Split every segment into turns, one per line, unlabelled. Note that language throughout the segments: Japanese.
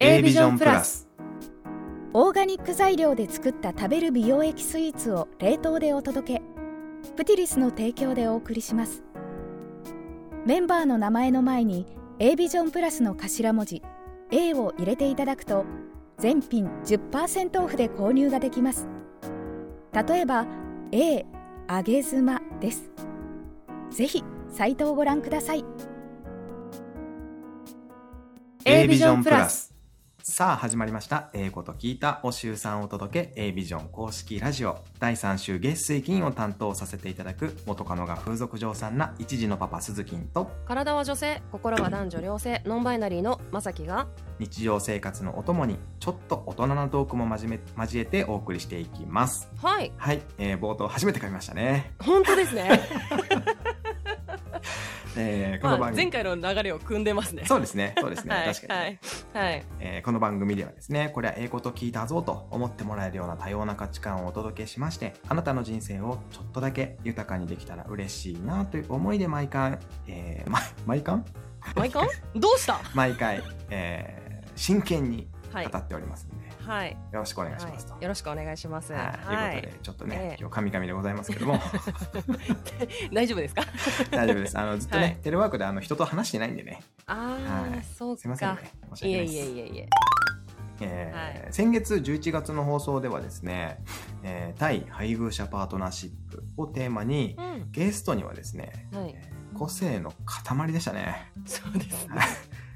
レビジョンプラス
オーガニック材料で作った食べる美容液スイーツを冷凍でお届けプティリスの提供でお送りしますメンバーの名前の前に A ビジョンプラスの頭文字 A を入れていただくと全品10%オフで購入ができます例えば A あげ妻ですぜひサイトをご覧ください
A ビジョンプラスさあ始まりました「ええこと聞いた」お週3をお届け A ビジョン公式ラジオ第3週月水金を担当させていただく元カノが風俗嬢さんな一児のパパ鈴木と
体は女性心は男女両性ノンバイナリーのまさきが
日常生活のお供にちょっと大人なトークも交め交えてお送りしていきます
はい
はい、えー冒頭初めて噛みましたね、
本当ですね、
え ーこの
まあ、
番組、
前回の流れを組んでますね
そうですねそうですね、
はい
確かに、
はい、はい、
えーこの番組ではですねこれはええこと聞いたぞと思ってもらえるような多様な価値観をお届けしましてあなたの人生をちょっとだけ豊かにできたら嬉しいなという思いで毎回、えーま、毎回
マイカンどうした
毎回、えー真剣に
はい
語っておりますので、
はい、
よろしくお願いし
は
ますと。
い、よろしくお願いします
はい、
は
という
い
ことでちょっとね、
ええ
今日カミカミでございますけ ども
大丈夫ですか
大丈夫ですあのずっとね、
はい
テレワークであの人と話してないんでね
あー、
はい
そうか
すいませんね申し訳
い
な
え
いです
いえいえいえ
えー先月11月の放送ではですね、えー対配偶者パートナーシップをテーマに
うん
ゲストにはですね、
はい
えー個性の塊でしたね
そうですね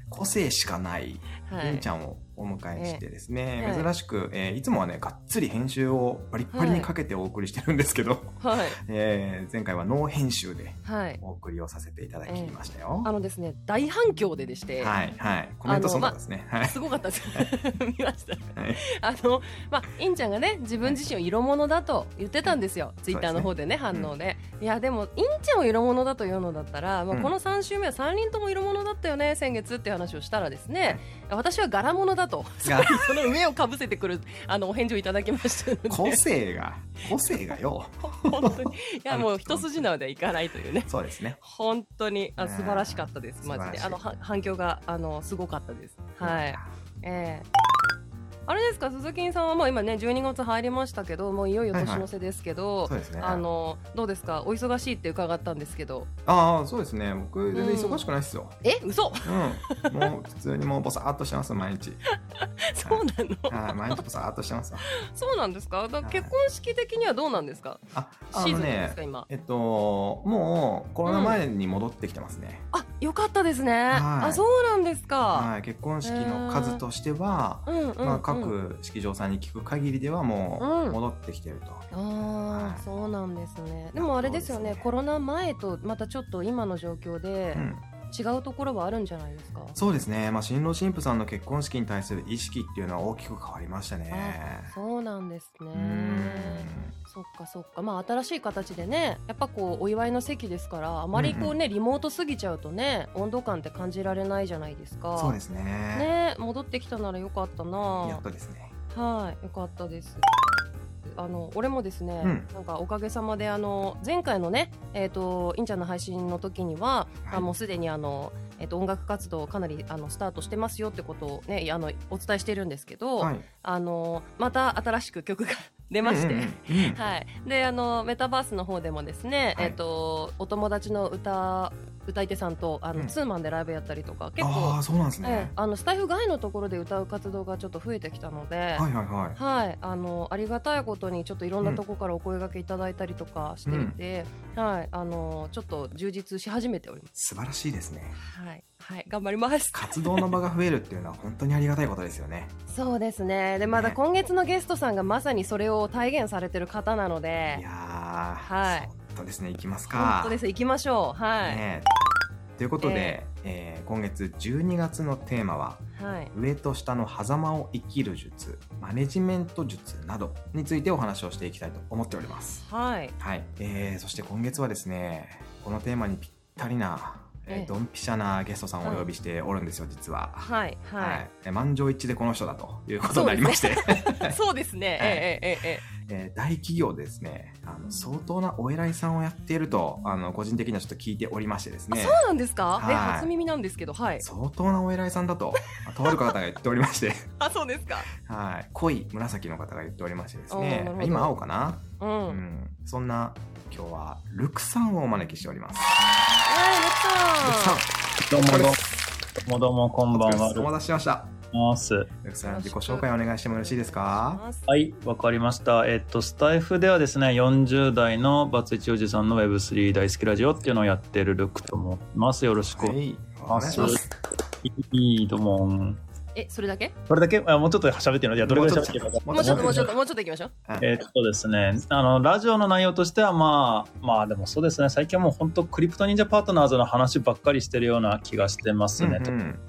個性しかない
は
りん
い
ちゃんをお迎えしてですね、
ええ
珍しく、えーいつもはねがっつり編集をバリッバリにかけてお送りしてるんですけど、
はい
えー前回はノー編集で
はい
お送りをさせていただきましたよ。
あのですね大反響ででして、
はいはいコメントそんなですね。はい
すごかったです見ました
はい
あのまあインちゃんがね自分自身を色物だと言ってたんですよ、ツイッターの方でね
すね
反応で、いやでもインちゃんを色物だと言うのだったら、まあ、
うん
この3週目は3人とも色物だったよね先月って話をしたらですね、私は柄物だと
が
その上をかぶせてくるあのお返事をいただきましたので
個性が個性がよ。
本当にいやもう一筋縄ではいかないというね
そうですね。
本当にあ
ねえ
素晴らしかったですマジで
素晴
あ
ら
の
しい
は反響があのすごかったですはい。ええあれですか鈴木さんはもう今ね12月入りましたけどもういよいよ年の瀬ですけど、
そうですね。
あのどうですかお忙しいって伺ったんですけど
ああそうですね僕全然忙しくないですよ、
え嘘
うんもう普通にもうボサーっとしてます毎日
そうなの
はい毎日ボサーっとしてますわ
そうなんですかだ
はい
結婚式的にはどうなんですか
あ
シ
あ
ーズ
の
ンです
ね
か今
えっともうコロナ前に戻ってきてますね、
あよかったですね
はい
あそうなんですか
はい結婚式の数としては、
うんうん、うん、
まあ、各式場さんに聞く限りではも
う
うん戻ってきてると、
あ
はい
ーそうなんですねでもあれですよ
そうで
ね
すね
コロナ前とまたちょっと今の状況で
うん
違うところはあるんじゃないですか、
そうですね、まあ、新郎新婦さんの結婚式に対する意識っていうのは大きく変わりましたね
そうなんです
う
ね
ん
そっかそっかまあ新しい形でねやっぱこうお祝いの席ですからあまりこうね、リモート過ぎちゃうとね温度感って感じられないじゃないですか
そうですね
ね戻ってきたならよかったな
やっとですね
はいよかったですあの俺もですね、
うん
なんかおかげさまであの前回のねえっ、とインちゃんの配信の時には、
はい
あもうすでにあのえっ、と音楽活動をかなりあのスタートしてますよってことをねあのお伝えしてるんですけど、
はい
あのまた新しく曲が出まして、
うんうんうんうん
はい、であのメタバースの方でもですね、
はい
えっとお友達の歌歌い手さんとあの、
うん
ツーマンでライブやったりとか結
あ
構
あ、そうなんです
ええ
ね、
あのスタイフ外のところで歌う活動がちょっと増えてきたので。
はいはいはい
はい、あのありがたいことにちょっといろんなとこからお声掛けいただいたりとかしていて、はい、あのちょっと充実し始めておりま
素晴らしいですね
す。はい、はい、頑張ります。
活動の場が増えるっていうのは本当にありがたいことですよね
そうですね。でまだ今月のゲストさんがまさにそれを体現されてる方なの
い
で、
やー、
はい
本当ですねいきますか
本当です。行きましょう。はい、
ねえということで、えー今月12月のテーマは
はい。
上と下の狭間を生きる術マネジメント術などについてお話をしていきたいと思っております
はい。
はい、えーそして今月はですねこのテーマにぴったりな、えー
ええ
ドンピシャなゲストさんをお呼びしておるんですよ実は
はい。はい。
はい、満場一致でこの人だということになりまして、
そうですね。ええええ
え
え
ー大企業でですねあの相当なお偉いさんをやっているとあの個人的にはちょっと聞いておりましてですね
そうなんですか、
はい
え初耳なんですけどはい
相当なお偉いさんだととある方が言っておりまして、
あそうですか
はい、濃い紫の方が言っておりましてです
おーな
ね
るほど
今青かな、
うん、
う
うん、
ん、そんな今日はルクさんをお招きしております。ルクさん
さ、
どうも
こ
ど
れ
う
で
もどうもどうもこんばんは。
お待たせしました。
ます。
ルクさん自己紹介お願いしてもよろしいですか。
はい、わかりました。えっとスタイフではですね、40代のバツイチおじさんの Web3 大好きラジオっていうのをやってるルックと思います。よろしくお
は
願いし
い、お願
ま
い
す。
します。
いいともん。
えそれだけ
これだけあもうちょっと喋ってるのいやどれぐらい喋ってるのか
も
もうちょっともうちょっ
と。
ともうちょっと行きましょう
えっとですね、あのラジオの内容としてはまあまあでもそうですね、最近はもう本当クリプト忍者パートナーズの話ばっかりしてるような気がしてますね。
うんうん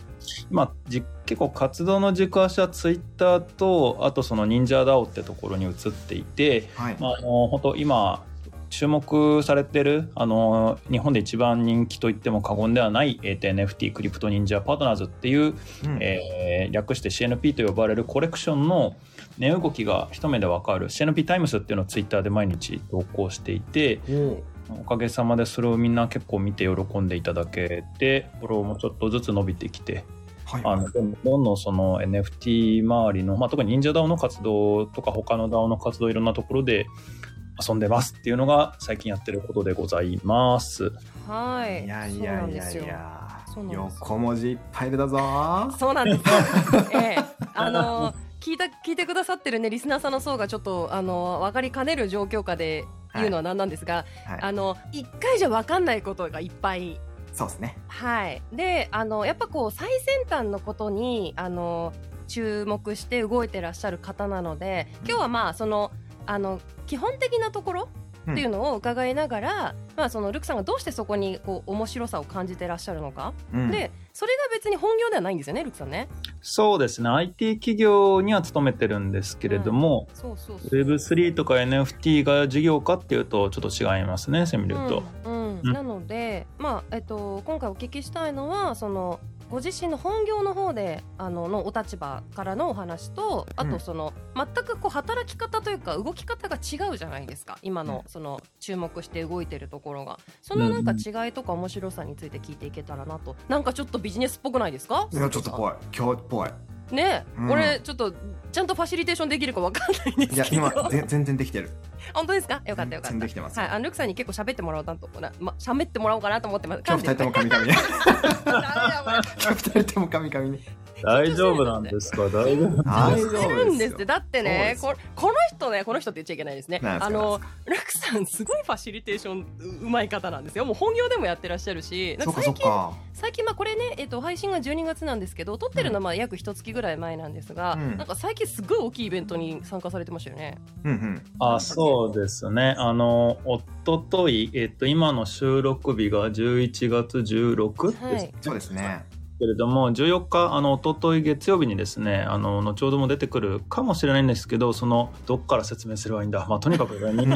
今じ結構活動の軸足はツイッターとあとその忍者ダオってところに移っていて、
はい、
まあ、あの本当今注目されてるあの日本で一番人気と言っても過言ではない、えーと NFT クリプト忍者パートナーズっていう、
うん
えー略して CNP と呼ばれるコレクションの値動きが一目でわかる CNP タイムスっていうのをツイッターで毎日投稿していて、
お
おかげさまでそれをみんな結構見て喜んでいただけてフォローもちょっとずつ伸びてきて
はい、
あのどんどんどんその NFT 周りの、まあ、特に忍者 DAO の活動とか他の DAO の活動いろんなところで遊んでますっていうのが最近やってることでございます。
はい
いやいやいや
そうなんで
い
すよ
や
そうなんですよ
横文字いっぱい出たぞー
そうなんです。ええ、あの聞いた聞いてくださってるねリスナーさんの層がちょっとあの分かりかねる状況下で言うのは何なんですが、
は
あ
い、
の一回じゃ分かんないことがいっぱい。
そうですね
はい。で、あのやっぱこう最先端のことにあの注目して動いてらっしゃる方なので、今日はまあそのあの基本的なところ。っていうのを伺いながら、まあそのルクさんがどうしてそこにこう面白さを感じてらっしゃるのか、
うん
でそれが別に本業ではないんですよねルクさんね。
そうですね IT 企業には勤めてるんですけれども、
そうそうそう
Web3 とか NFT が事業かっていうとちょっと違いますねセミルと。
うんうん
うん
なので、まあえっと、今回お聞きしたいのはそのご自身の本業の方であののお立場からのお話とあ
うん
とその、全くこう働き方というか動き方が違うじゃないですか今の,、その注目して動いてるところがそのなんか違いとか面白さについて聞いていけたらなと、なんかちょっとビジネスっぽくないですか
いやちょっとぽい今日っぽい
ね、
うん
俺ちょっとちゃんとファシリテーションできるかわかんないんです
いや
けど
今ぜ全然できてる
本当ですかよかったよかった
全然できてます
はい、あのルクさんに結構喋ってもらおうなと、なま、喋ってもらおうかなと思ってます。
今日二人とも神々
ダメだこれ
今日 二人とも神々ね
大丈夫なんですか大丈夫
大丈夫
するんですって、だってね、
そう
ここの人ね、この人って言っちゃいけないですね。
なんですか
あの、ルクさん、すごいファシリテーションううまい方なんですよ。もう本業でもやってらっしゃるし、なん
そっ
か
かそ
最
っ
近、
か
最近、まあ、これね、えっと、配信が12月なんですけど、撮ってるのはまあ約一月ぐらい前なんですが、
うん
なんか最近すごい大きいイベントに参加されてましたよね。
うんうん
あそうですね、あの、おととい、えっと、今の収録日が11月16です、
はい
そうですね
けれども、14日、あの一昨日月曜日にですね、あの後ほども出てくるかもしれないんですけど、そのどっから説明すればいいんだ、まあ、とにかく、
うん
に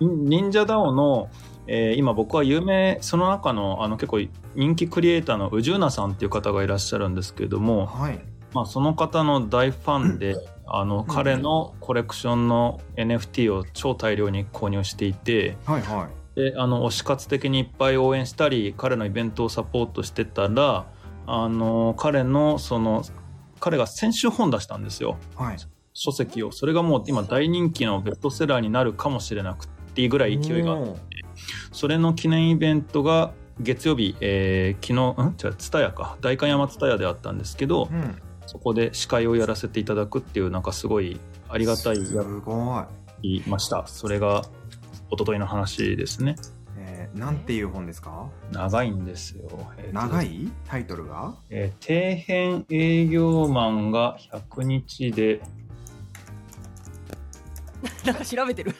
忍者ダオの、えー今、僕は有名、その中のあの結構人気クリエイターの宇宙なさんっていう方がいらっしゃるんですけれども、
はい
まあ、その方の大ファンで、あの彼のコレクションの NFT を超大量に購入していて。
はいは
であの推し活的にいっぱい応援したり彼のイベントをサポートしてたらあの彼のその彼が先週本出したんですよ
いはい
書籍をそれがもう今大人気のベストセラーになるかもしれなくっていうぐらい勢いが
おー
それの記念イベントが月曜日、えー昨日ん違う蔦屋か代官山蔦屋であったんですけど
うん
そこで司会をやらせていただくっていうなんかすごいありがたい
すごい
いましたそれが一昨日の話ですね
えーなんていう本ですか
長いんですよ、えーと
長いタイトルが
えー底辺営業マンが100日で、
なんか調べてる。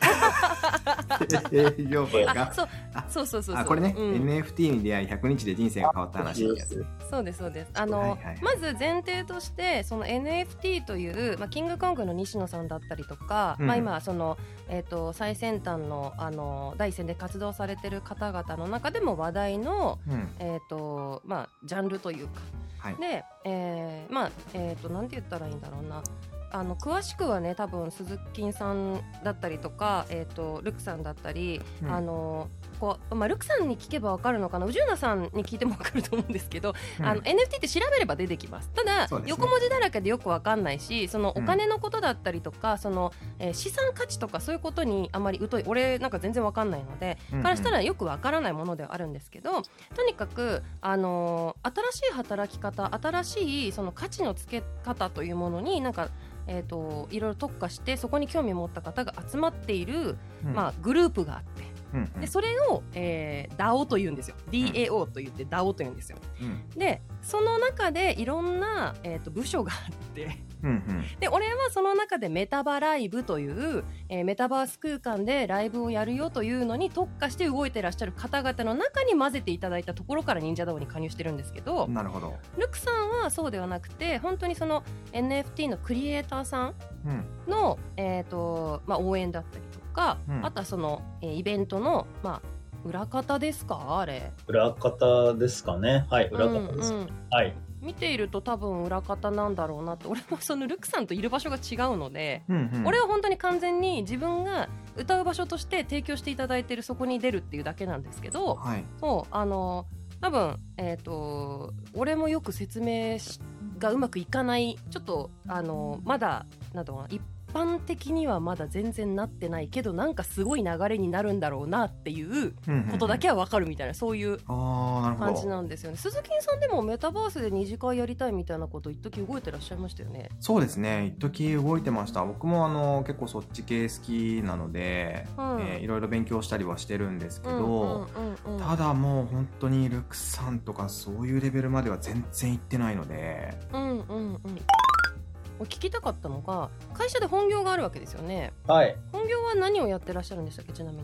営業部
あ、
が
そう
あ、
そうそうそうそう。
あこれね
うん
NFT に出会い100日で人生が変わった話ってやつ
そうですそうですあの、
はいはいはい
まず前提としてその NFT という、まあ、キングコングの西野さんだったりとか、
うん
まあ、今その、えー、と最先端のあの第一線で活動されてる方々の中でも話題の、
うん
えーとまあ、ジャンルというか
はい
で、えーまあえー、となんて言ったらいいんだろうなあの詳しくはね多分鈴木さんだったりとか、えー、とルクさんだったり、
うん
あのこうまあ、ルクさんに聞けばわかるのかな宇治ナさんに聞いてもわかると思うんですけど、あの NFT って調べれば出てきますただ、
そうですね
横文字だらけでよくわかんないしその
う
お
ん
金のことだったりとか、その、えー資産価値とかそういうことにあまり疎い俺なんか全然わかんないので、
うん
からしたらよくわからないものではあるんですけどとにかく、あのー新しい働き方新しいその価値のつけ方というものになんか、えー、といろいろ特化してそこに興味を持った方が集まっている、
うん
まあ、グループがあって
うんうん
でそれを、えー DAO というんですよ DAO と言って DAO というんですよ。
うん
でその中でいろんな、えー、と部署があって
うんうん
で俺はその中でメタバライブという、えーメタバース空間でライブをやるよというのに特化して動いてらっしゃる方々の中に混ぜていただいたところから忍者ダオに加入してるんですけど
なるほど。
ルクさんはそうではなくて本当にその NFT のクリエイターさん
うん
の、えーとまあ、応援だったりとか、
うん
あとはその、えーイベントの、まあ、裏方ですかあれ
裏方ですかね。はい、裏方です。
うんうん
はい。
見ていると多分裏方なんだろうなって俺もそのルクさんといる場所が違うので、
うんうん
俺は本当に完全に自分が歌う場所として提供していただいてるそこに出るっていうだけなんですけど
はい。
そうあの多分えっ、と俺もよく説明しがうまくいかないちょっとあのまだなんだろうな一般的にはまだ全然なってないけどなんかすごい流れになるんだろうなっていうことだけ
は。
は分かるみたいなそういう
ああ、なる
感
ほ
じ
ど。
なんですよね鈴木さんでもメタバースで二次会やりたいみたいなこと一時動いてらっしゃいましたよね
そうですね。一時動いてました。僕もあの結構そっち系好きなので、
うん
えーいろいろ勉強したりはしてるんですけど、
うんうんうん
ただもう本当にルクさんとかそういうレベルまでは全然行ってないので、
うんうんうんお聞きたかったのが会社で本業があるわけですよね
はい。
本業は何をやってらっしゃるんでしたっけちなみに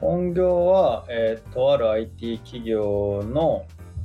本業は、えーとある IT 企業の、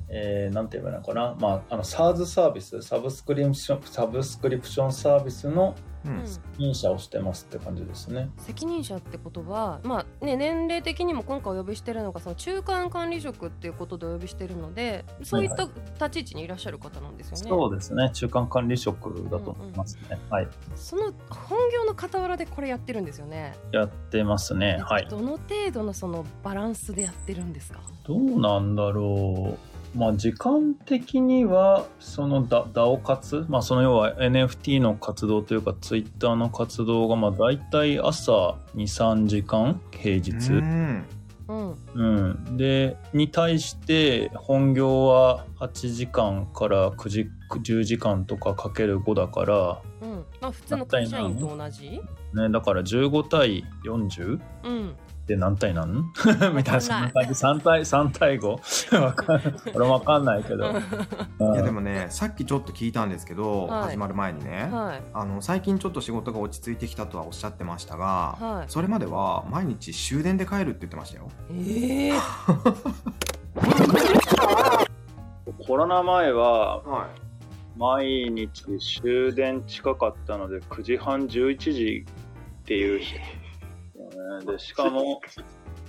えーなんて言えばいいのかな、まあ、あの SARS サービスサブスクリプションサブスクリプションサービスの
うん
うん
認者をしてますって感じですね。
責任者ってことは、まあね、年齢的にも今回お呼びしてるのがその中間管理職っていうことでお呼びしてるのでそういった立ち位置にいらっしゃる方なんですよね。
そうですね中間管理職だと思いますね、はい
その本業の傍らでこれやってるんですよね。
やってますねはい
どの程度のそのバランスでやってるんですか。
どうなんだろうまあ時間的にはそのダ DAO 活まあその要は NFT の活動というか Twitter の活動がまあ大体朝23時間平日、
うん
うん。
うん、でに対して本業は8時間から9時10時間とかかける5だか
うん。まあ普通の会社員と同じ。
ら、ね、だから15対40
うん。
で何対何 みたいなそんな
わか
感じ3対3対 5? わかんない俺もわかんないけど、うん
いやでもねさっきちょっと聞いたんですけど、
はい
始まる前にね、
はい。
あの最近ちょっと仕事が落ち着いてきたとはおっしゃってましたが、
はい
それまでは毎日終電で帰るって言ってました よ。
ええ
コロナ前は
は
毎日終電近かったので9時半11時っていう日、でし かも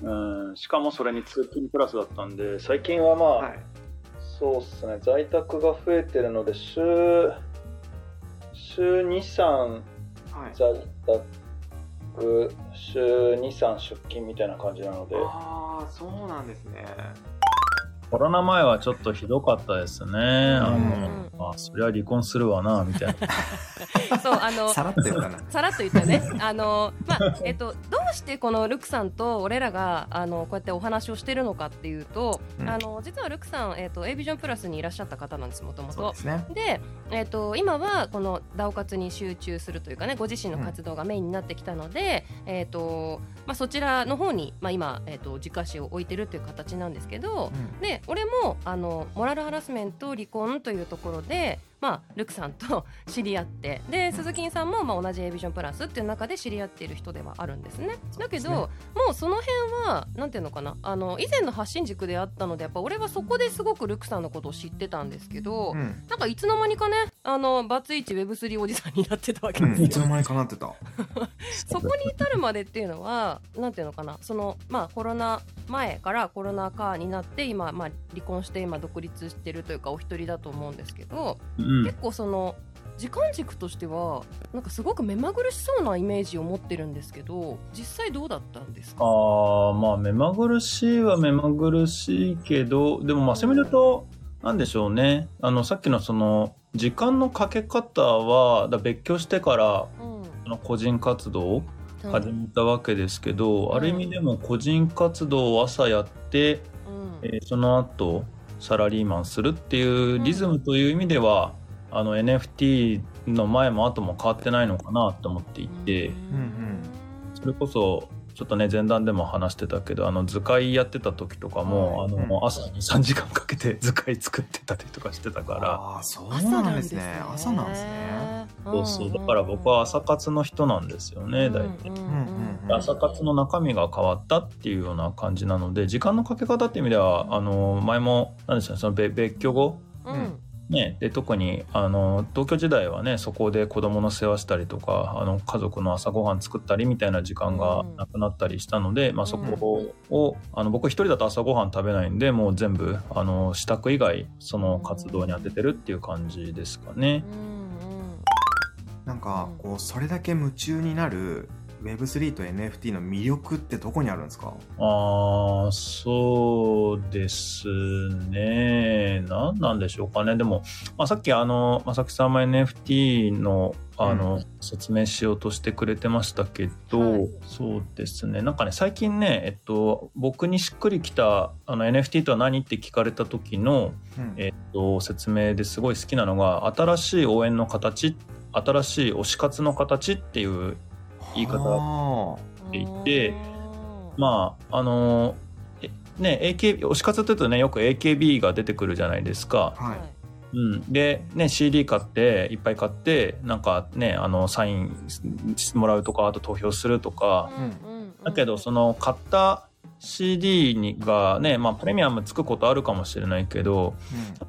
うんしかもそれに通勤プラスだったんで最近はまあ、
い、
そうっすね在宅が増えてるので週週23
はい
在宅週23出勤みたいな感じなので
ああそうなんですね。
コロナ前はちょっとひどかったですね、あ
うん
のあそりゃ離婚するわなみたいな
そうあの
さらっと言ったな。
さらっと言った ね。あのまあえっとどうしてこのルクさんと俺らがあのこうやってお話をしてるのかっていうと、
うん
あの実はルクさんえっと A ビジョンプラスにいらっしゃった方なんですもとも
そう
と
で。すね。
で、えっと今はこのダオ活に集中するというかねご自身の活動がメインになってきたので、えっとまあ、そちらの方に、まあ、今、えっと軸足を置いてるという形なんですけ
う
ど、
ん
で俺もあのモラルハラスメント離婚というところで、まあ、ルクさんと 知り合ってで鈴木さんも、まあ、同じ a ビジョンプラスっていう中で知り合っている人ではあるんですね。だけど
そう
もうその辺はなんていうのかなあの以前の発信軸であったのでやっぱ俺はそこですごくルクさんのことを知ってたんですけど、
うん
なんかいつの間にかねあのバツイチ Web3 おじさんになってたわけ
う
です
ん、
よ。
いつの間にかなってた。
そこに至るまでっていうのはなんていうのかなそのまあコロナ前からコロナ禍になって今、まあ、離婚して今独立してるというかお一人だと思うんですけど、
うん
結構その時間軸としてはなんかすごく目まぐるしそうなイメージを持ってるんですけど実際どうだったんですか
ああまあ目まぐるしいは目まぐるしいけどでもまあ攻めると何でしょうねあのさっきのその時間のかけ方はだ別居してから
うん
その個人活動
うん
始めたわけですけど、ある意味でも個人活動を朝やって、
うん
えーその後サラリーマンするっていうリズムという意味では、あの NFT の前も後も変わってないのかなと思っていて、
ん
それこそちょっとね前段でも話してたけどあの図解やってた時とかも、
はい
あの
うん
朝に3時間かけて図解作ってたりとかしてたから。
ああそうなんですね朝なんですね
そうそうだから僕は朝活の人なんですよね、大体
体
うん
朝活の中身が変わったっていうような感じなので時間のかけ方っていう意味ではあの前も何でしょうねその別別居後、
うん
ね、で特にあの同居時代はねそこで子供の世話したりとかあの家族の朝ごはん作ったりみたいな時間がなくなったりしたので、まあ、そこを、あの僕一人だと朝ごはん食べないんでもう全部あの支度以外その活動に当ててるっていう感じですかね。
うん
なんかこうそれだけ夢中になる Web3 と NFT の魅力ってどこにあるんですか
ああ、そうですね。何なんでしょうかね。でも、まあ、さっき、あの、まさきさんも NFT の、あの、
う
説明しようとしてくれてましたけど、
はい
そうですね。なんかね、最近ね、えっと、僕にしっくりきた、あの、NFT とは何って聞かれた時の、
うん
えっと、説明ですごい好きなのが、新しい応援の形、新しい推し活の形っていう言い方
は
ていてまああのえね AKB 推し活って言うとねよく AKB が出てくるじゃないですか、
あはい
うん、で、ね、CD 買っていっぱい買ってなんかねあのサインもらうとかあと投票するとかだけどその買った CD にがね、まあ、プレミアムつくことあるかもしれないけど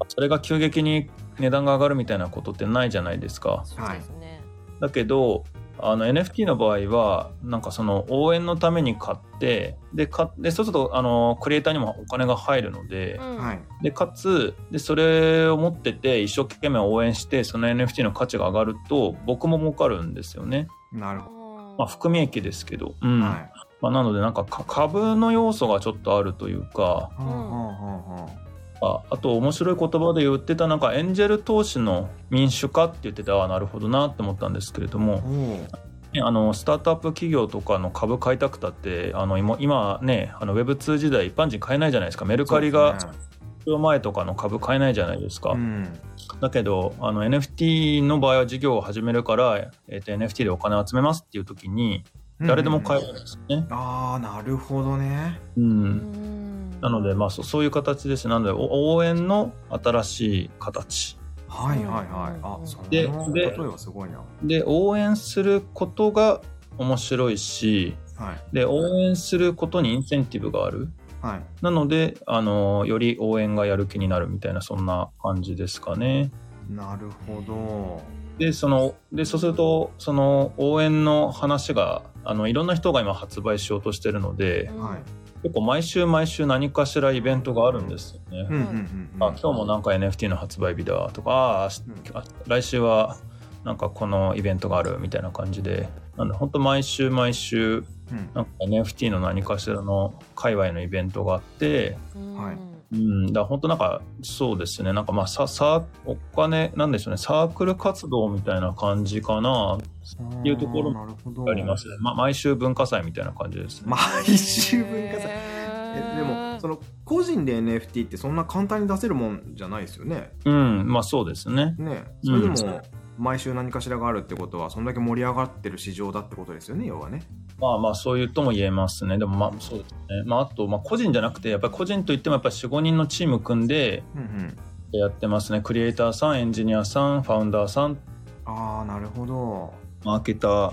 それが急激に値段が上がるみたいなことってないじゃないですか。
そうですね
だけどあの NFT の場合はなんかその応援のために買ってでかでそうするとあのクリエイターにもお金が入るので,、
うんはいい
でかつでそれを持ってて一生懸命応援してその NFT の価値が上がると僕も儲かるんですよね、
なるほ
まあ、含み益ですけど、うん
どはい
まあ、なのでなんかか株の要素がちょっとあるというか
ほうほうほうほ
ああと面白い言葉で言ってたなんかエンジェル投資の民主化って言っててああなるほどなって思ったんですけれども、
うおう
ねあのスタートアップ企業とかの株買いたくたってあの今今ねあの Web2 時代一般人買えないじゃないですかメルカリが
そうですね
発表前とかの株買えないじゃないですか、
うん
だけどあの NFT の場合は事業を始めるから、えっと NFT でお金を集めますっていう時に誰でも買えるんですよね、
ああなるほどね
うん
な
なのでまあそそういう形ですなのでお応援の新しい形
はいはいはいあその
で
例えばすごいな
で応援することが面白いし
はい
で応援することにインセンティブがある
はい
なので、あのより応援がやる気になるみたいな、そんな感じですかね。
なるほど
で、その、で、そうすると、その応援の話が、あの、いろんな人が今発売しようとしてるので、
はい
結構毎週毎週何かしらイベントがあるんですよね。
うんうんうんうん
あ、今日もなんか NFT の発売日だとか、ああし
うん
あ来週はなんかこのイベントがあるみたいな感じで、なんで、本当毎週毎週、
うん
なんか NFT の何かしらの界隈のイベントがあって、
はい
うん、だから本当なんかそうですねなんかまあささお金なんでしょうねサークル活動みたいな感じかなっていうところも
あーなるほど
ありますね、ま、毎週文化祭みたいな感じですね、
毎 週文化祭え
え
でもその個人で NFT ってそんな簡単に出せるもんじゃないですよね。
うんまあそうですね
ね
うん
それでも毎週何かしらがあるってことはそんだけ盛り上がってる市場だってことですよね要はね。
まあまあそういうとも言えますねでもまあそうですねまああとまあ個人じゃなくてやっぱり個人といってもやっぱり45人のチーム組んで
うんうん、
やってますねクリエイターさんエンジニアさんファウンダーさん
ああなるほど
マーケター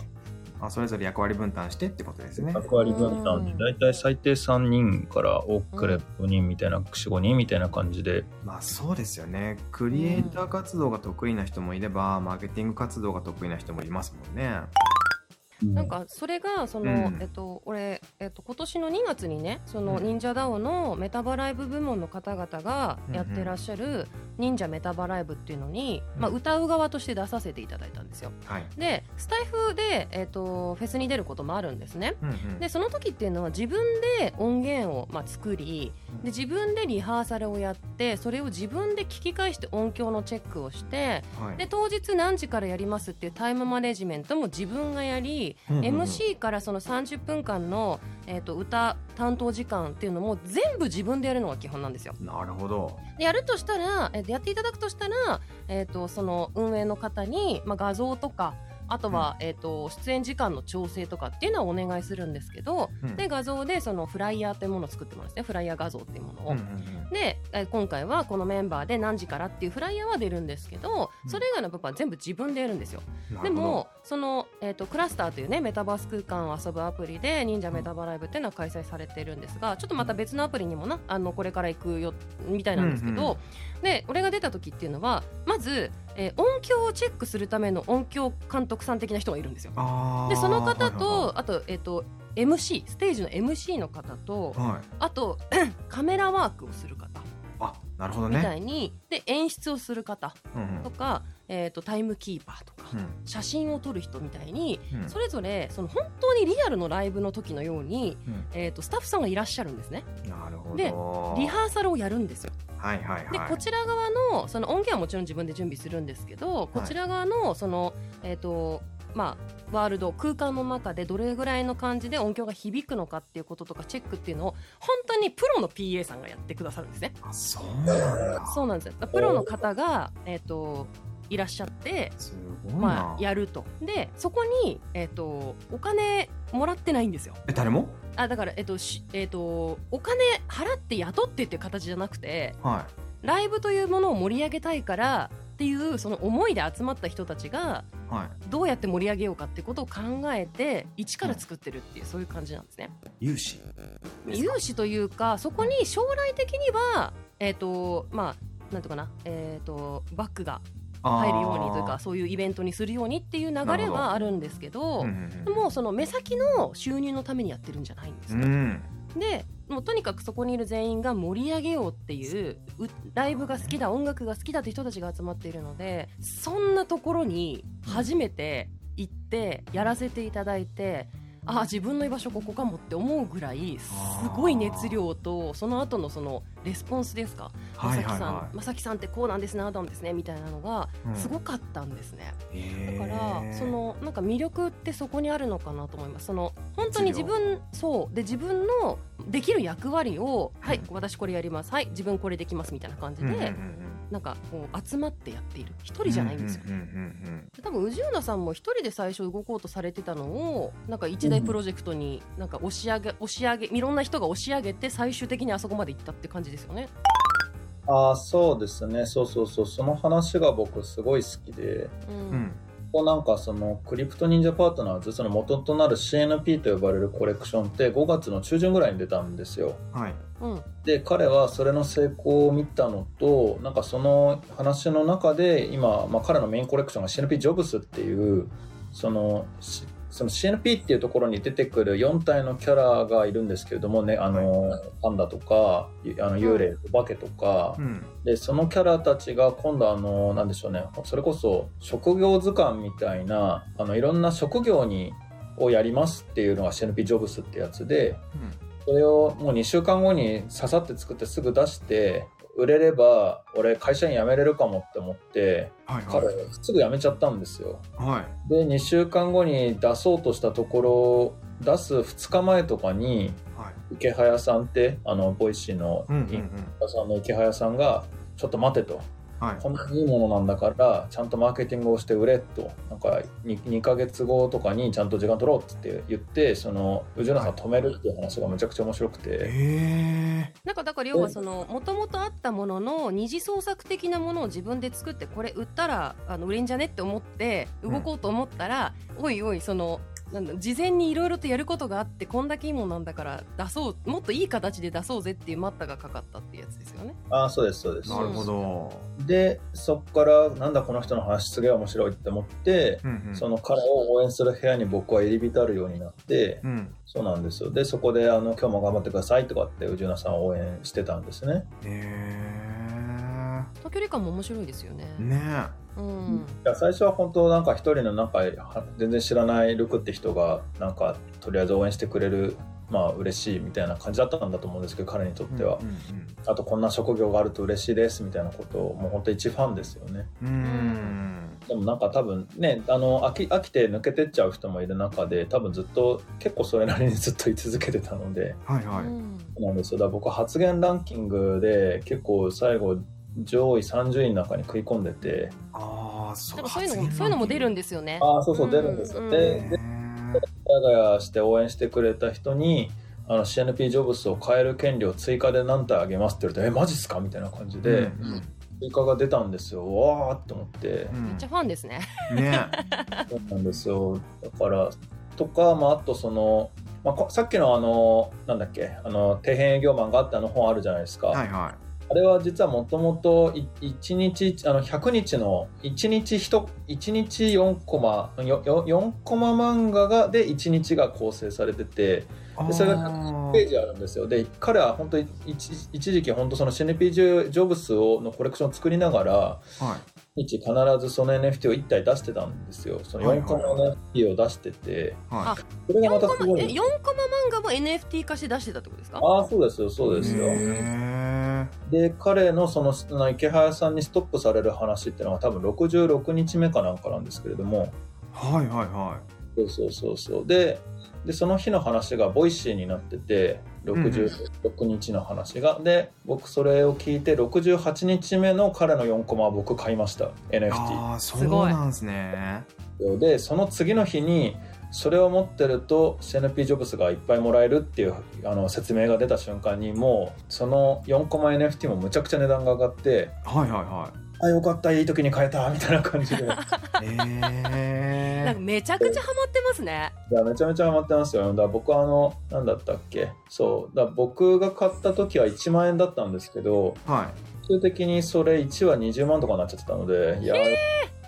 あ。それぞれ役割分担してってことですね。
役割分担で
うん
大体最低3人から多くれば5人みたいな45人みたいな感じで
まあそうですよね。クリエイター活動が得意な人もいればマーケティング活動が得意な人もいますもんね。
うん
なんかそれがその、
うん
えっと俺、えっと、今年の2月にねその忍者ダオのメタバライブ部門の方々がやってらっしゃる忍者メタバライブっていうのに、
うん
まあ、歌う側として出させていただいたんですよ。
はい。
でスタイフで、えっと、フェスに出ることもあるんですね。
うんうん
でその時っていうのは自分で音源を、まあ、作りで自分でリハーサルをやってそれを自分で聞き返して音響のチェックをして
はい
で当日何時からやりますっていうタイムマネジメントも自分がやり、MC からその30分間の、えー、と歌担当時間っていうのも全部自分でやるのが基本なんですよ。
なるほど。
でやるとしたら、えーとやっていただくとしたら、えー、とその運営の方に、まあ、画像とかあとは、えー、と出演時間の調整とかっていうのはお願いするんですけど、
うん
で画像でそのフライヤーっていうものを作ってもらうんですねフライヤー画像っていうものを。
うんうんうん
でえー今回はこのメンバーで何時からっていうフライヤーは出るんですけど
うん
それ以外の部分は全部自分でやるんですよ。
な
で
るほど
もその、えー、とクラスターというねメタバース空間を遊ぶアプリで忍者メタバライブっていうのは開催されているんですがちょっとまた別のアプリにもなあのこれから行くよみたいなんですけど、で俺が出た時っていうのはまず、えー音響をチェックするための音響監督さん的な人がいるんですよ。
あー
でその方
は
とあと,、えー、と MC ステージの MC の方と
いはいはいはい
あと カメラワークをする方
あなるほど
みた
ね。
いに、で演出をする方
うんうん
とか、えー、とタイムキーパーとか。
うん
写真を撮る人みたいに
うん
それぞれその本当にリアルのライブの時のように、
うん
えー、とスタッフさんがいらっしゃるんですね
なるほど。
でリハーサルをやるんですよ
はいはいはい。
でこちら側のその音源はもちろん自分で準備するんですけどこちら側のその、えーとまあ、ワールド空間の中でどれぐらいの感じで音響が響くのかっていうこととかチェックっていうのを本当にプロの PA さんがやってくださるんですね。
あそうなんだ。
そうなんですよプロの方が、えー、といらっしゃって
すごいな。
まあ、やるとでそこに、えっとお金もらってないんですよ
え誰も？
あだから、えっとしえっとお金払って雇ってっていう形じゃなくて
は
ライブというものを盛り上げたいからっていうその思いで集まった人たちが
いは
どうやって盛り上げようかってことを考えて一から作ってるっていうそういう感じなんですね。
い。有志。
融資というかそこに将来的にはえっ、とまあなんとかなえっ、とバックが入るようにというかそういうイベントにするようにっていう流
なる
れ
ほど
はあるんですけど。
あー。うんうんうん
もうその目先の収入のためにやってるんじゃないんです
う
よ、
ん。
でもうとにかくそこにいる全員が盛り上げようっていううライブが好きだ音楽が好きだって人たちが集まっているのでそんなところに初めて行ってやらせていただいてああ自分の居場所ここかもって思うぐらいすごい熱量とその後のそのレスポンスですか「ま
は
さ
い
きさ
はい
ん、
は
まさきさんってこうなんですねああなんですね」みたいなのが
い。
すごかったんですね。
い
だからそのなんか魅力ってそこにあるのかなと思います。その本当に自分そうで自分のできる役割をはい
うん
私これやりますはい自分これできますみたいな感じで、なんかこう集まってやっている一人じゃないんですよ。
うんうんうん
で多分宇治浦さんも一人で最初動こうとされてたのをなんか一大プロジェクトになんか押し上げ押し上げいろんな人が押し上げて最終的にあそこまで行ったって感じですよね。
ああそうですねそうそうそうその話が僕すごい好きで
う
うんうん
ん、
ここなんかそのクリプト忍者パートナーズその元となる CNP と呼ばれるコレクションって5月の中旬ぐらいに出たんですよ
うん。はい。
うん、
で彼はそれの成功を見たのとなんかその話の中で今、まあ、彼のメインコレクションが CNP ジョブスっていうそのしその CNP っていうところに出てくる4体のキャラがいるんですけれどもねあの、パンダとかゆあの幽霊お化けとか、
うん。
でそのキャラたちが今度あのなんでしょうねそれこそ職業図鑑みたいなあのいろんな職業にをやりますっていうのが CNP ジョブスってやつでそれをもう2週間後にささって作ってすぐ出して売れれば俺会社員辞めれるかもって思って
はいは
彼
い。
すぐ辞めちゃったんですよ
はい。
で2週間後に出そうとしたところ出す2日前とかに
はい。
池早さんってあのボイシーの
うんうん
池
うん。
早さんの池早さんが「ちょっと待て」と
はい
「こんなにいいものなんだからちゃんとマーケティングをして売れ」となんか 2, 2ヶ月後とかにちゃんと時間取ろうっつって言ってその宇治原さん止めるっていう話がめちゃくちゃ面白くて。
え
なんかだから要はそのもともとあったものの二次創作的なものを自分で作ってこれ売ったらあの売れんじゃねって思って動こうと思ったら、おいおいそのなんだ事前にいろいろとやることがあってこんだけいいもんなんだから出そうもっといい形で出そうぜっていう待ったがかかったっていうやつですよね。
あそうですそうです
なるほど。
でそこからなんだこの人の話すげえ面白いって思って、
うんうん
その彼を応援する部屋に僕は入り浸るようになって、
うん
そうなんですよでそこであの「今日も頑張ってください」とかって宇治菜さんを応援してたんですね
へえ
と距離感も面白いですよね。
ね
うん。
いや最初は本当なんか一人のなんかは全然知らないルクって人がなんかとりあえず応援してくれるまあ嬉しいみたいな感じだったんだと思うんですけど彼にとっ
え
ては、
うん
あとこんな職業があると嬉しいですみたいなことをもう本当一ファンですよね
うんうん
でもなんか多分ねあの飽き飽きて抜けてっちゃう人もいる中で多分ずっと結構それなりにずっと居続けてたので
はいは
う
い
ん
そうなんですよだから僕発言ランキングで結構最後上位30位の中に食い込んでて
ああそ
なんかそういうのもそういうのも出るんですよね。
ああそうそう出るんですよ、
うん
で
ね
でガヤガヤして応援してくれた人にあの CNP ジョブスを変える権利を追加で何体あげますって言われて「えマジっすか?」みたいな感じで、
うんうん
追加が出たんですよわーって思って
う、ん
めっちゃファンですね。
ね
そうなんですよだからとか、まあ、あとその、まあこ、さっきのあのなんだっけあの底辺営業マンがあってあの本あるじゃないですか、
はいは
あれは実はもともと1日あの100日の1日1 1日4コマ 4, 4コマ漫画がで1日が構成されてて。
い
でそれが
あー
ページあるんですよで彼は本当に一一時期本当その CNP ジョブスをのコレクションを作りながら
はい
一必ずその NFT を1体出してたんですよその
はい
4
はい
コマの NFT を出してて
は
それがま
四
た
コ
すご
マえ
い
四コマ漫画も NFT 化して出してたってことですか？
ああそうですよそう
い
ですよ
へえ
で彼のそのその池早さんにストップされる話っていうのは多分66日目かなんかなんですけれども
はいはいは
そうそうそうそうででその日の話がボイシーになってて66日の話が、で僕それを聞いて68日目の彼の4コマは僕買いました
い
NFT
ああそうなんですね
でその次の日にそれを持ってると CNP ジョブスがいっぱいもらえるっていうあの説明が出た瞬間にもうその4コマ NFT もむちゃくちゃ値段が上がって
はいはいは
あよかったいい時に買えたみたいな感じでい
いえ
なんかめちゃくちゃハマってますね。
やめちゃめちゃハマってますよだから僕はあのなんだったっけそうだから僕が買った時は1万円だったんですけど
は
最終的にそれ1は20万とかになっちゃってたのでいや
い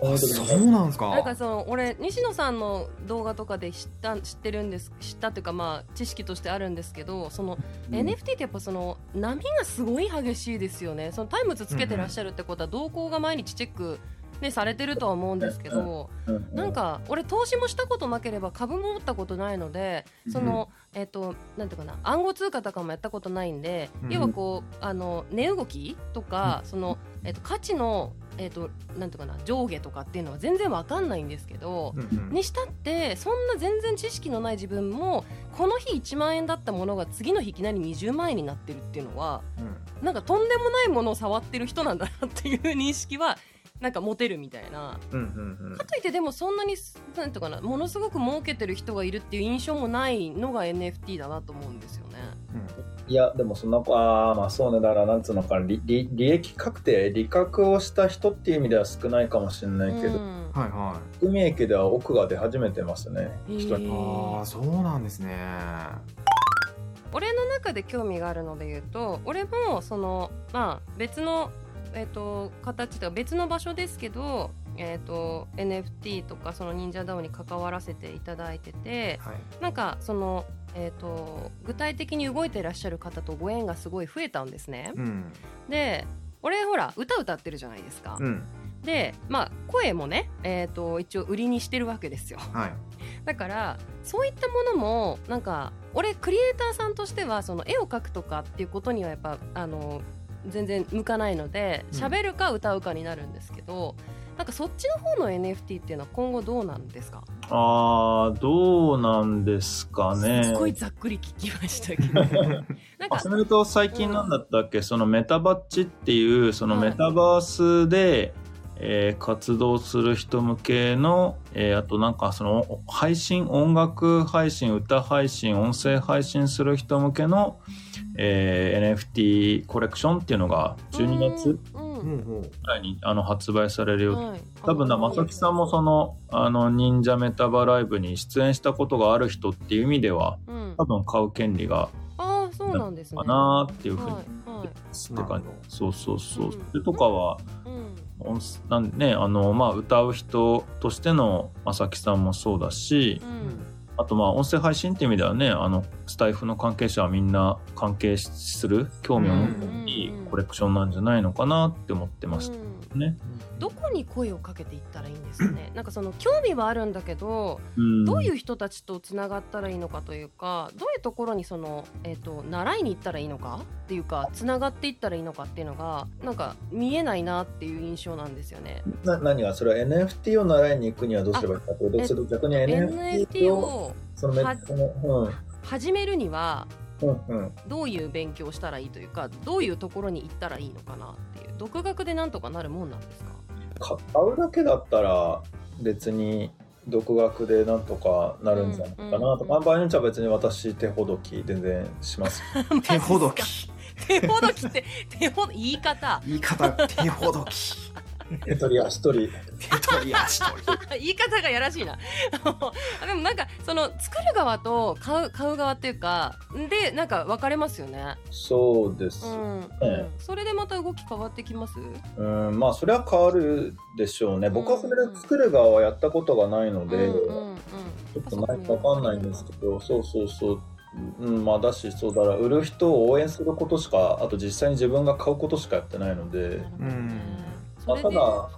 あそうなんですか
なんかその俺西野さんの動画とかで知った知ってるんです知ったっていうかまあ知識としてあるんですけどその、
うん
NFT ってやっぱその波がすごい激しいですよねそのタイムズつけてらっしゃるってことは動向が毎日チェックねされてるとは思うんですけど、
う
なんか俺投資もしたことなければ株も持ったことないのでその、えっ、となんていうかな暗号通貨とかもやったことないんで、
うん
要はこうあの値動きとか、その、えっと価値のえっ、となんていうかな上下とかっていうのは全然わかんないんですけど。
うんうん
にしたってそんな全然知識のない自分もこの日1万円だったものが次の日いきなり20万円になってるっていうのは
うん
なんかとんでもないものを触ってる人なんだなっていう認識はなんか持てるみたいな
うんうんうん
かといってでもそんなになんていうかなものすごく儲けてる人がいるっていう印象もないのが NFT だなと思うんですよね。
いやでもそんなあーまあそうねだからなんつうのかな利利利益確定利確をした人っていう意味では少ないかもしれないけど、
うん
はいは
含み益では奥が出始めてますね
へー
人
い
に
ああそうなんですね
俺の中で興味があるので言うと俺もそのまあ別の、えっと形とか別の場所ですけど、えっと NFT とかその忍者ダオに関わらせていただいてて
はい
なんかその、えっと具体的に動いてらっしゃる方とご縁がすごい増えたんですね。
うん
で俺ほら歌歌ってるじゃないですか。
うん
でまあ声もね、えー、と一応売りにしてるわけですよ
はい
だからそういったものもなんか俺クリエイターさんとしてはその絵を描くとかっていうことにはやっぱあの全然向かないので
うん
喋るか歌うかになるんですけど、なんかそっちの方の NFT っていうのは今後どうなんですか、
あーどうなんですかね
すっごいざっくり聞きました けどなん
あ
か
それと最近なんだったっけ、そのメタバッチっていうそのメタバースで、えー活動する人向けの、えーあとなんかその配信音楽配信歌配信音声配信する人向けの、えー NFT コレクションっていうのが12月
うんうん
ほうほう
来にあの発売される予定
はい
多分な、まさきさんもそ、の、あの、忍者メタバライブに出演したことがある人っていう意味では、
うん、
多分買う権利が
ああそうなんですね。
かなーっていうふうに、
はいはい
って感じ。そうそうそう。
うん
それとかは、
うん
音なんね、あの、まあ、歌う人としてのまさきさんもそうだし
う、ん
あとまあ、音声配信っていう意味ではね、あの、スタイフの関係者はみんな関係する、興味を持って
うん
いいコレクションなんじゃないのかなって思ってましたね。
どこに声をかけていったらいいんです かね。なんかその興味はあるんだけど、
ん
どういう人たちとつながったらいいのかというか、どういうところにそのえっ、と習いに行ったらいいのかっていうか、つながっていったらいいのかっていうのがなんか見えないなっていう印象なんですよね。
な何がそれは NFT を習いに行くにはどうすればいいかってこと
あ
それと逆に
NFT
NFT を
を
そのメ
は
その
始めるには
うんうんうん
どういう勉強をしたらいいというか、どういうところに行ったらいいのかなっていう。独学でなんとかなるもんなんですか。
か買うだけだったら別に独学でなんとかなるんじゃないかな
うんうん
と
うん
か、場合によっちゃ別に私手ほどき全然 します
手ほどき。
手ほどきって手ほど言い方
言い方、手ほどき。
手取り足取り
手取り足取 り。
言い方がやらしいなでもなんかその作る側と買う買う側っていうかでなんか分かれますよね
そうです、
うん、うん
え
それでまた動き変わってきます
うんまあそれは変わるでしょうね僕はそれ
うんうん
で作る側はやったことがないので、
うんうんうん
ちょっと何かわかんないんですけどそうそうそううんまあだしそうだから売る人を応援することしかあと実際に自分が買うことしかやってないので
なるほど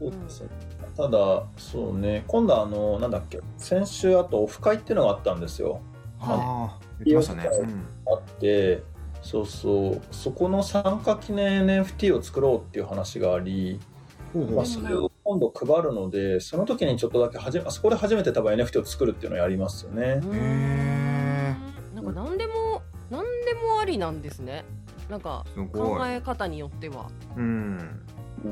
ねそれでそうか
うんただそうですねただそうね今度あのなんだっけ先週あとオフ会っていうのがあったんですよ
ああ、言ってましたね。うん
あってそうそうそこの参加記念 NFT を作ろうっていう話があり、
ほうほ
ま
う
あ、それを今度配るのでその時にちょっとだけはじめあそこで初めて多分 NFT を作るっていうのをやりますよね
うん
へえ
なんか何でも何でもありなんですねなんか
すご
考
い。
え方によっては
うん。
うん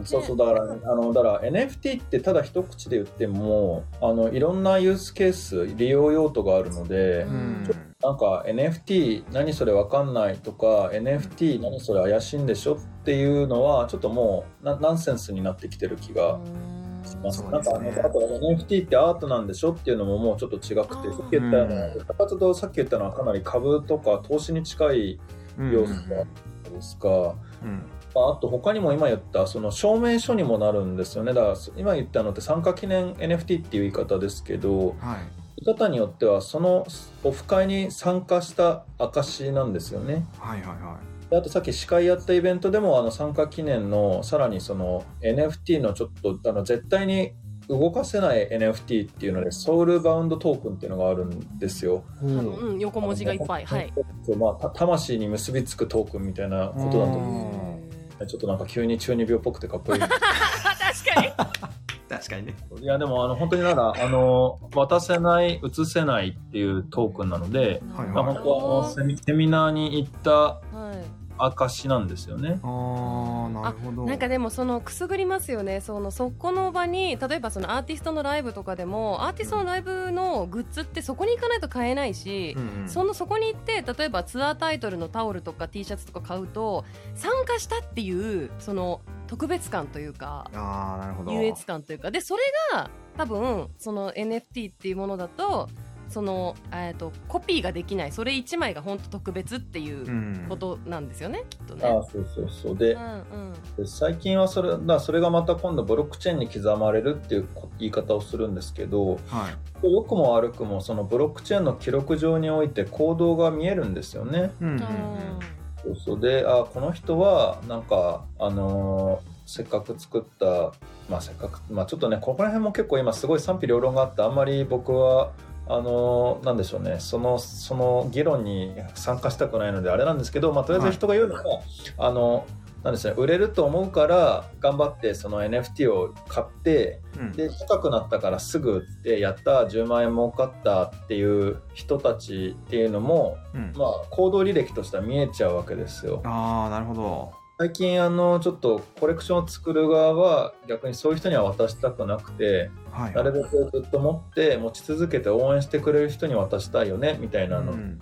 そうそうだからあのだから NFT ってただ一口で言ってもあのいろんなユースケース利用用途があるので、
うん。
なんか NFT 何それわかんないとか NFT 何それ怪しいんでしょっていうのはちょっともうなナンセンスになってきてる気が
うん
します。
うん
なんかあ
そう
の
ですね
あと NFT ってアートなんでしょっていうのももうちょっと違くて
うん
さっき言ったような歌活動さっき言ったのはかなり株とか投資に近い
うん
要素があるじゃないですか。
うん。
まああと他にも今言ったその証明書にもなるんですよねだから今言ったのって参加記念 NFT っていう言い方ですけど、
はい。
見方によってはそのオフ会に参加した証なんですよね
はいはいは
であとさっき司会やったイベントでもあの参加記念のさらにその NFT のちょっとあの絶対に動かせない NFT っていうのでソウルバウンドトークンっていうのがあるんですよ。
い。う
あのうん横文字がいっぱいはい
そうまあた魂に結びつくトークンみたいなことだと
う
思
ん
うちょっとなんか急に中二病っぽくてかっこいい
あ 確かに
確かにね。
いやでもあの本当になんかあの渡せない移せないっていうトークンなので、
はい
まあ、
はい
本当はあのセミセミナーに行った
はい
証なんですよね。
ああ、なるほど。
なんかでもそのくすぐりますよねそのそこの場に例えばそのアーティストのライブとかでもアーティストのライブのグッズってそこに行かないと買えないし
う、んうん、
そのそこに行って例えばツアータイトルのタオルとか T シャツとか買うと参加したっていうその特別感というか
ああ、なるほど。。
優越感というかでそれが多分その NFT っていうものだとその、えー、とコピーができないそれ1枚が本当特別っていううんことなんですよね、きっとね。
ああそうそうそうで、
うんうん
で最近はそれだからそれがまた今度ブロックチェーンに刻まれるっていう言い方をするんですけど
はい。
良くも悪くもそのブロックチェーンの記録上において行動が見えるんですよね。
うんうん
うん
そうそうであこの人はなんかあのーせっかく作ったまあせっかくまあちょっとねここら辺も結構今すごい賛否両論があってあんまり僕は。あのーなんでしょうねそのその議論に参加したくないのであれなんですけど、まあ、とりあえず人が言うのは、あのなんですね売れると思うから頑張ってその NFT を買って
うん。
で高くなったからすぐ売ってやった10万円儲かったっていう人たちっていうのも、
うん、
まあ、行動履歴としては見えちゃうわけですよ
ああ、なるほど。
最近あのちょっとコレクションを作る側は逆にそういう人には渡したくなくて
はい。
なるべくずっと持って持ち続けて応援してくれる人に渡したいよねみたいなの、
うん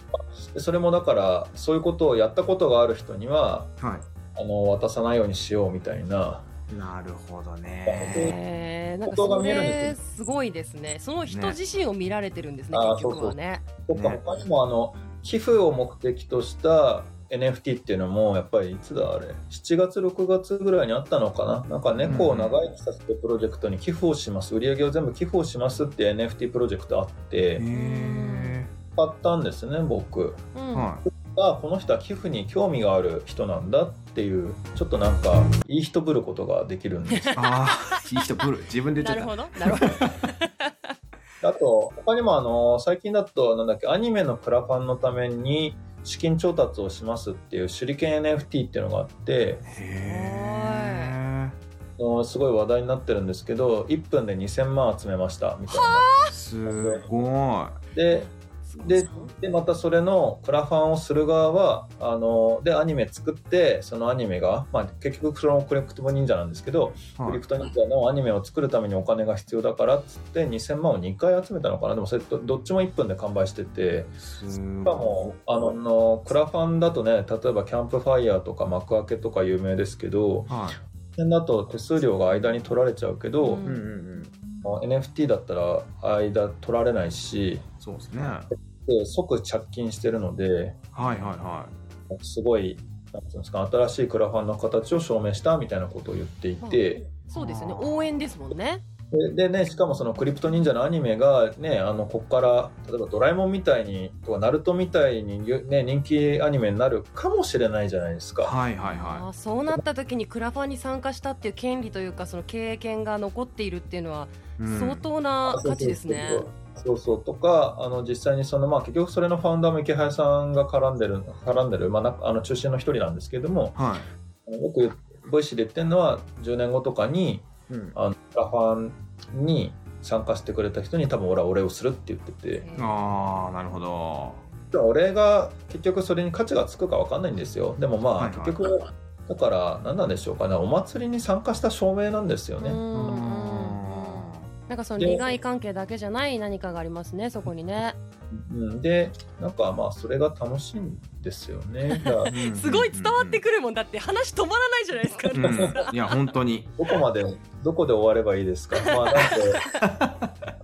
でそれもだからそういうことをやったことがある人には
はい。
あの渡さないようにしようみたいな
なるほどね。
へえなんかそ
元が見えるんで
れすごいですねその人
ね
自身を見られてるんですね
あー
結局はね
とか
ね
他にもあの寄付を目的とした NFT っていうのもやっぱりいつだあれ7月6月ぐらいにあったのかななんか猫を長生きさせてプロジェクトに寄付をします売り上げを全部寄付をしますって NFT プロジェクトあっ
へ
て
え
買ったんですね僕
うん
は
あこの人は寄付に興味がある人なんだっていうちょっとなんかいい人ぶることができるんです
い。ああ、 いい人来る。自分で言
な
っち
る
ゃっ
ほどなるほど
あと他にもあの最近だとなんだっけアニメのクラファンのために資金調達をしますっていう手裏剣 NFT っていうのがあって
た。へ
あのすごい話題になってるんですけど1分で2000万集めましたみたいな。
え。すご
でででまたそれのクラファンをする側はあのでアニメ作ってそのアニメが、まあ、結局そのクリプト忍者なんですけど、
い。は
クリ
い
プト忍者のアニメを作るためにお金が必要だからっつって2000万を2回集めたのかなでもそれどどっちも1分で完売してて。
す
しかもあのあのクラファンだとね例えばキャンプファイヤーとか幕開けとか有名ですけど
は
それだと手数料が間に取られちゃうけど、
い。
う
うん
ん
うんうん。
あの NFT だったら間取られないし
そうですね。は
で即着金してるので
いはいは
すごいなんていうんですか新しいクラファンの形を証明したみたいなことを言っていて。
そうですよね応援ですもんね
ででね、しかもそのクリプト忍者のアニメが、ね、あのここから例えば「ドラえもん」みたいにとか「ナルト」みたいに、ね、人気アニメになるかもしれないじゃないですか。
い。はいはい
あ
は。
ーそうなった時にクラファンに参加したっていう権利というかその経験が残っているっていうのはい
うん
相。当な価値ですね。
そうそうとかあの実際にその、まあ、結局それのファウンダーも池原さんが絡んでる絡んでる、まあな、あの中心の一人なんですけれども
は
よくボイシーで言ってるのは10年後とかに
い。うん。
あのクラファンに参加してくれた人に多分俺はお礼をするって言ってて
ああ、なるほど。
お礼が結局それに価値がつくか分かんないんですよでもまあ、
はいはい
結局だから何なんでしょうかねお祭りに参加した証明なんですよ
うんう
ね。
んうん
あ
なんかその利害関係だけじゃない何かがありますねそこにね。
うん、でなんかまあそれが楽しいんですよね。だから
ー
すごい伝わって
る。
くるもんだって話止まらないじゃないですか。
うんうんいや、本当に。
どこまで、どこで終わればいいですか。まあ、なんで、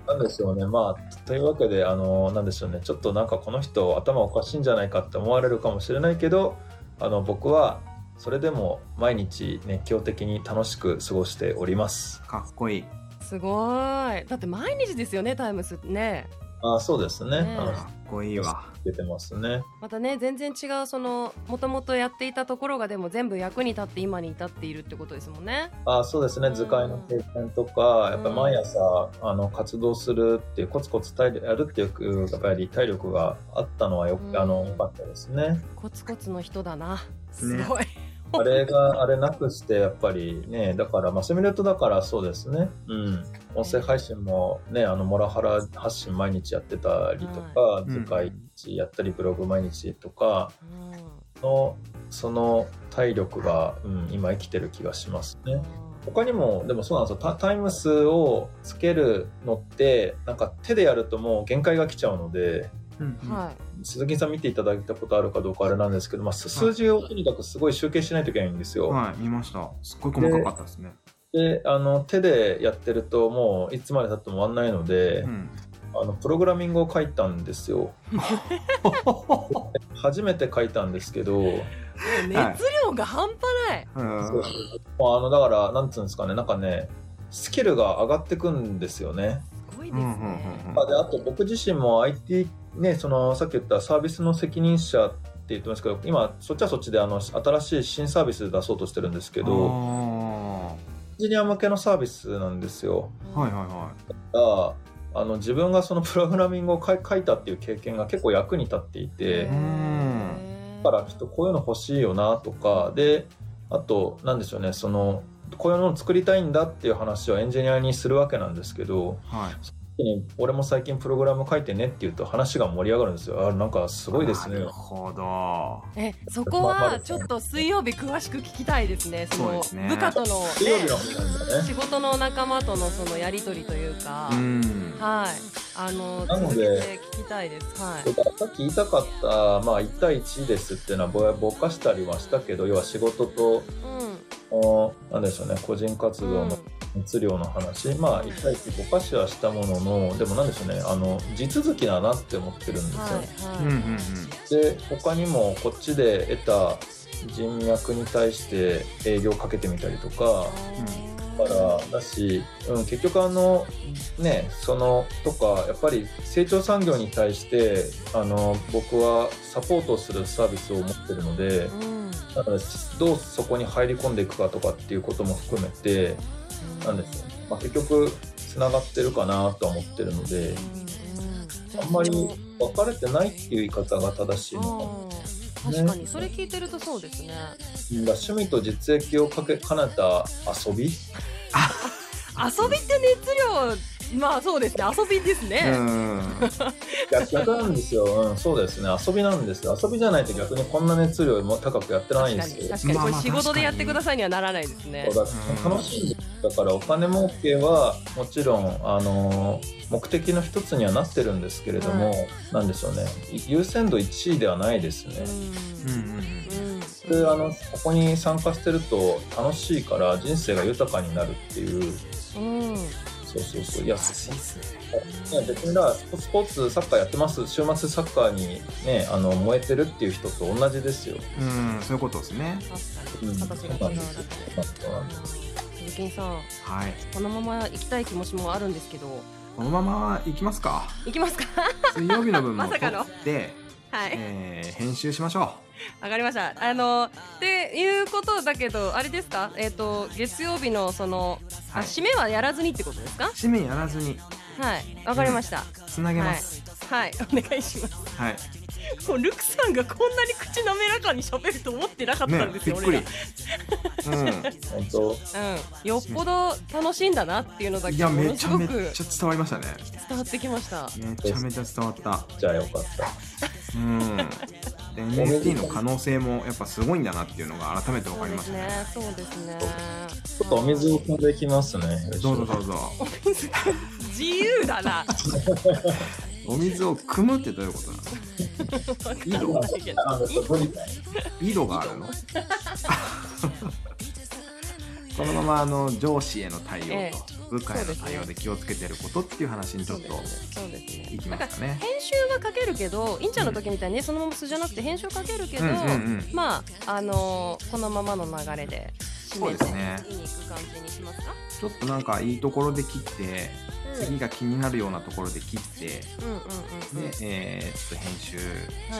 なんでしょうね。まあ、というわけで、あの、なんでしょうね。ちょっとなんかこの人頭おかしいんじゃないかって思われるかもしれないけど、あの、僕は、それでも毎日熱狂的に楽しく過ごしております。
かっこいい。
すごい。だって毎日ですよねタイムスね。
あそうですね。
ね
あの
かっこいいわ。
出てますね。
またね全然違うそのもともとやっていたところがでも全部役に立って今に至っているってことですもんね。
あそうです
う
ね
ん
図解の経験とかやっぱり毎朝あの活動するっていうコツコツ体力やるっていうやっぱり体力があったのはよ
うん
あの良かったですね。
コツコツの人だな。すごい。
あれがあれなくしてやっぱりねだからまあセミネットだからそうですねうん音声配信もねあのモラハラ発信毎日やってたりとか
い
図解やったりブログ毎日とか
うん
のその体力が、うん、今生きてる気がしますね。他にもでもそうなんですよタタイムスをつけるのってなんか手でやるともう限界が来ちゃうので
うん
うんはい。
鈴木さん見ていただいたことあるかどうかあれなんですけど、まあ、す数字をとにかくすごい集計しないといけないんですよ。
はい、見ました。すっごい細かかったですね。
であの手でやってるともういつまでたっても終わんないので、
うん。
あのプログラミングを書いたんですよ。初めて書いたんですけど
熱量が半端ない。
うん
まああのだからなんつうんですかねなんかねスキルが上がってくんですよね。
すごいですね。
まあ、であと僕自身も IT、ね、そのさっき言ったサービスの責任者って言ってますけど今そっちはそっちであの新しい新サービス出そうとしてるんですけどエン
あ
ジニア向けのサービスなんですよ
ーはいはいは
だからあの自分がそのプログラミングを書い書いたっていう経験が結構役に立っていて
うん
だからきっとこういうの欲しいよなとかであとなんでしょうねそのこういうのを作りたいんだっていう話をエンジニアにするわけなんですけど
いはい。
やに俺も最近プログラム書いてねって言うと話が盛り上がるんですよ。あなんかすごいですね。
なるほど。
えそこはちょっと水曜日詳しく聞きたいですね。そ
そう
の
ですね
部下との、
水曜日
ね、
の話なんだよね。
仕事の仲間とのそのやりとりというか、
うん。
はいあの
なの
続け
で
て聞きたいです。はい。
だからさっき言いたかった、まあ、1対1ですっていうのはぼやぼかしたりはしたけど要は仕事と
う
おなんでしょうね個人活
ん。う
動
ん
の熱量の話、まあ1対1ぼかしはしたもののでもなんでしょうねあの地続きだなって思ってるんですよ。
うんうんう
は
ん。
で他にもこっちで得た人脈に対して営業かけてみたりとか。
い。
だからだし、うん、結局あのねそのとかやっぱり成長産業に対してあの僕はサポートするサービスを持ってるので
うん。
だからどうそこに入り込んでいくかとかっていうことも含めてなんですよ、まあ、結局つながってるかなとは思ってるのであんまり分かれてないっていう言い方が正しいのかな。
うん確かにそれ聞いてるとそうですね。
だ趣味と実益をかけかねた遊び
遊びって熱量まあそうですね遊びですね。
逆なんですよ、うん、そうですね遊びなんですよ遊びじゃないと逆にこんな熱量も高くやってないん
確
で
か
す
に確か
よ
に
まあ
これ
まあ
仕事でやってくださいにはならないですね。
そう
う
だ
ん
楽しいんですだからお金儲けはもちろん、あの目的の一つにはなってるんですけれども、
は
なんでしょうね優先度1位ではないですね。
うんう
うん
うん。
であのここに参加してると楽しいから人生が豊かになるっていう
うんうん
そうそうそういや
いっすね。
ね、別にだからスポーツサッカーやってます週末サッカーに、ね、あの燃えてるっていう人と同じですよ。
うん、そういうことですね。
確か
うん
に形が違うだけで
そうなんです
鈴木さん
はい。
このまま行きたい気持ちもあるんですけど
このまま行きます か。
行きますか
水曜日の分も
ま
取
さかの
って、
はい
えー編集しましょ
わかりましたあのっていうことだけどあれですかえっ、と月曜日のその、
う。
あ
はい。
締めはやらずにってことですか
紙面やらずに
はいわかりました、
つなげます。
はいお願いします
はい。
もうルクさんがこんなに口滑らかに喋ると思ってなかったんで
ね、
す
びっ
よ、
くり。
俺ら
う
本当
うんよっぽど楽しいんだなっていうのだ
ん。
け
い
も
や、
の
め
す
ちゃ
ご
め
く
ちゃ伝わりましたね。
伝わってきました
めちゃめちゃ伝わった。
じゃあよかった。
うん。で、NFT の可能性もやっぱすごいんだなっていうのが改めて分かりましたね。
そうですね。
ちょっとお水を汲んでいきますね。
どうぞどうぞ。
自由だな。
お水を汲むってどういうことなの 井戸
あのそこに
井戸があるのこのままあの上司への対応と
ええ
部下への対応で気をつけてることっていう話にちょっと
そうですね
いきますかね。
編集はかけるけど、インチャの時みたいにねそのまま素じゃなくて編集かけるけ
う
ど
んう、んうん。
まああのーこのままの流れで
そ
締
う
め
で
て
すね
次に行く感じにしますか。
ちょっとなんかいいところで切って次が気になるようなところで切ってで、
うんうんうんうん。
えーちょっと編集し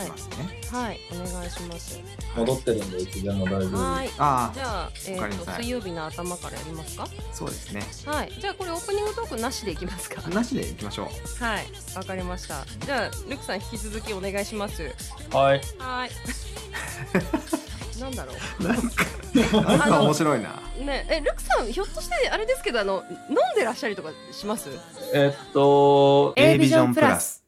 ますね。
はい、お願いします。
戻ってるんでいつでも大丈夫
は
で
い。
あ
じゃあ、え
わか
っ
りまし
と
た
水曜日の頭からやりますか。
あそうですね。
はい。じゃあこれオープニングトークなしでいきますか。
なしでいきましょう。
はい、わかりました。じゃあ、ルクさん引き続きお願いします。
す。はい。
はーい。 なんだろ
なんか面白いな。
う。ね、え、ルクさん、ひょっとして、あれですけど、あの、飲んでらっしゃるとかします。
えっと、
A ビジョンプラス。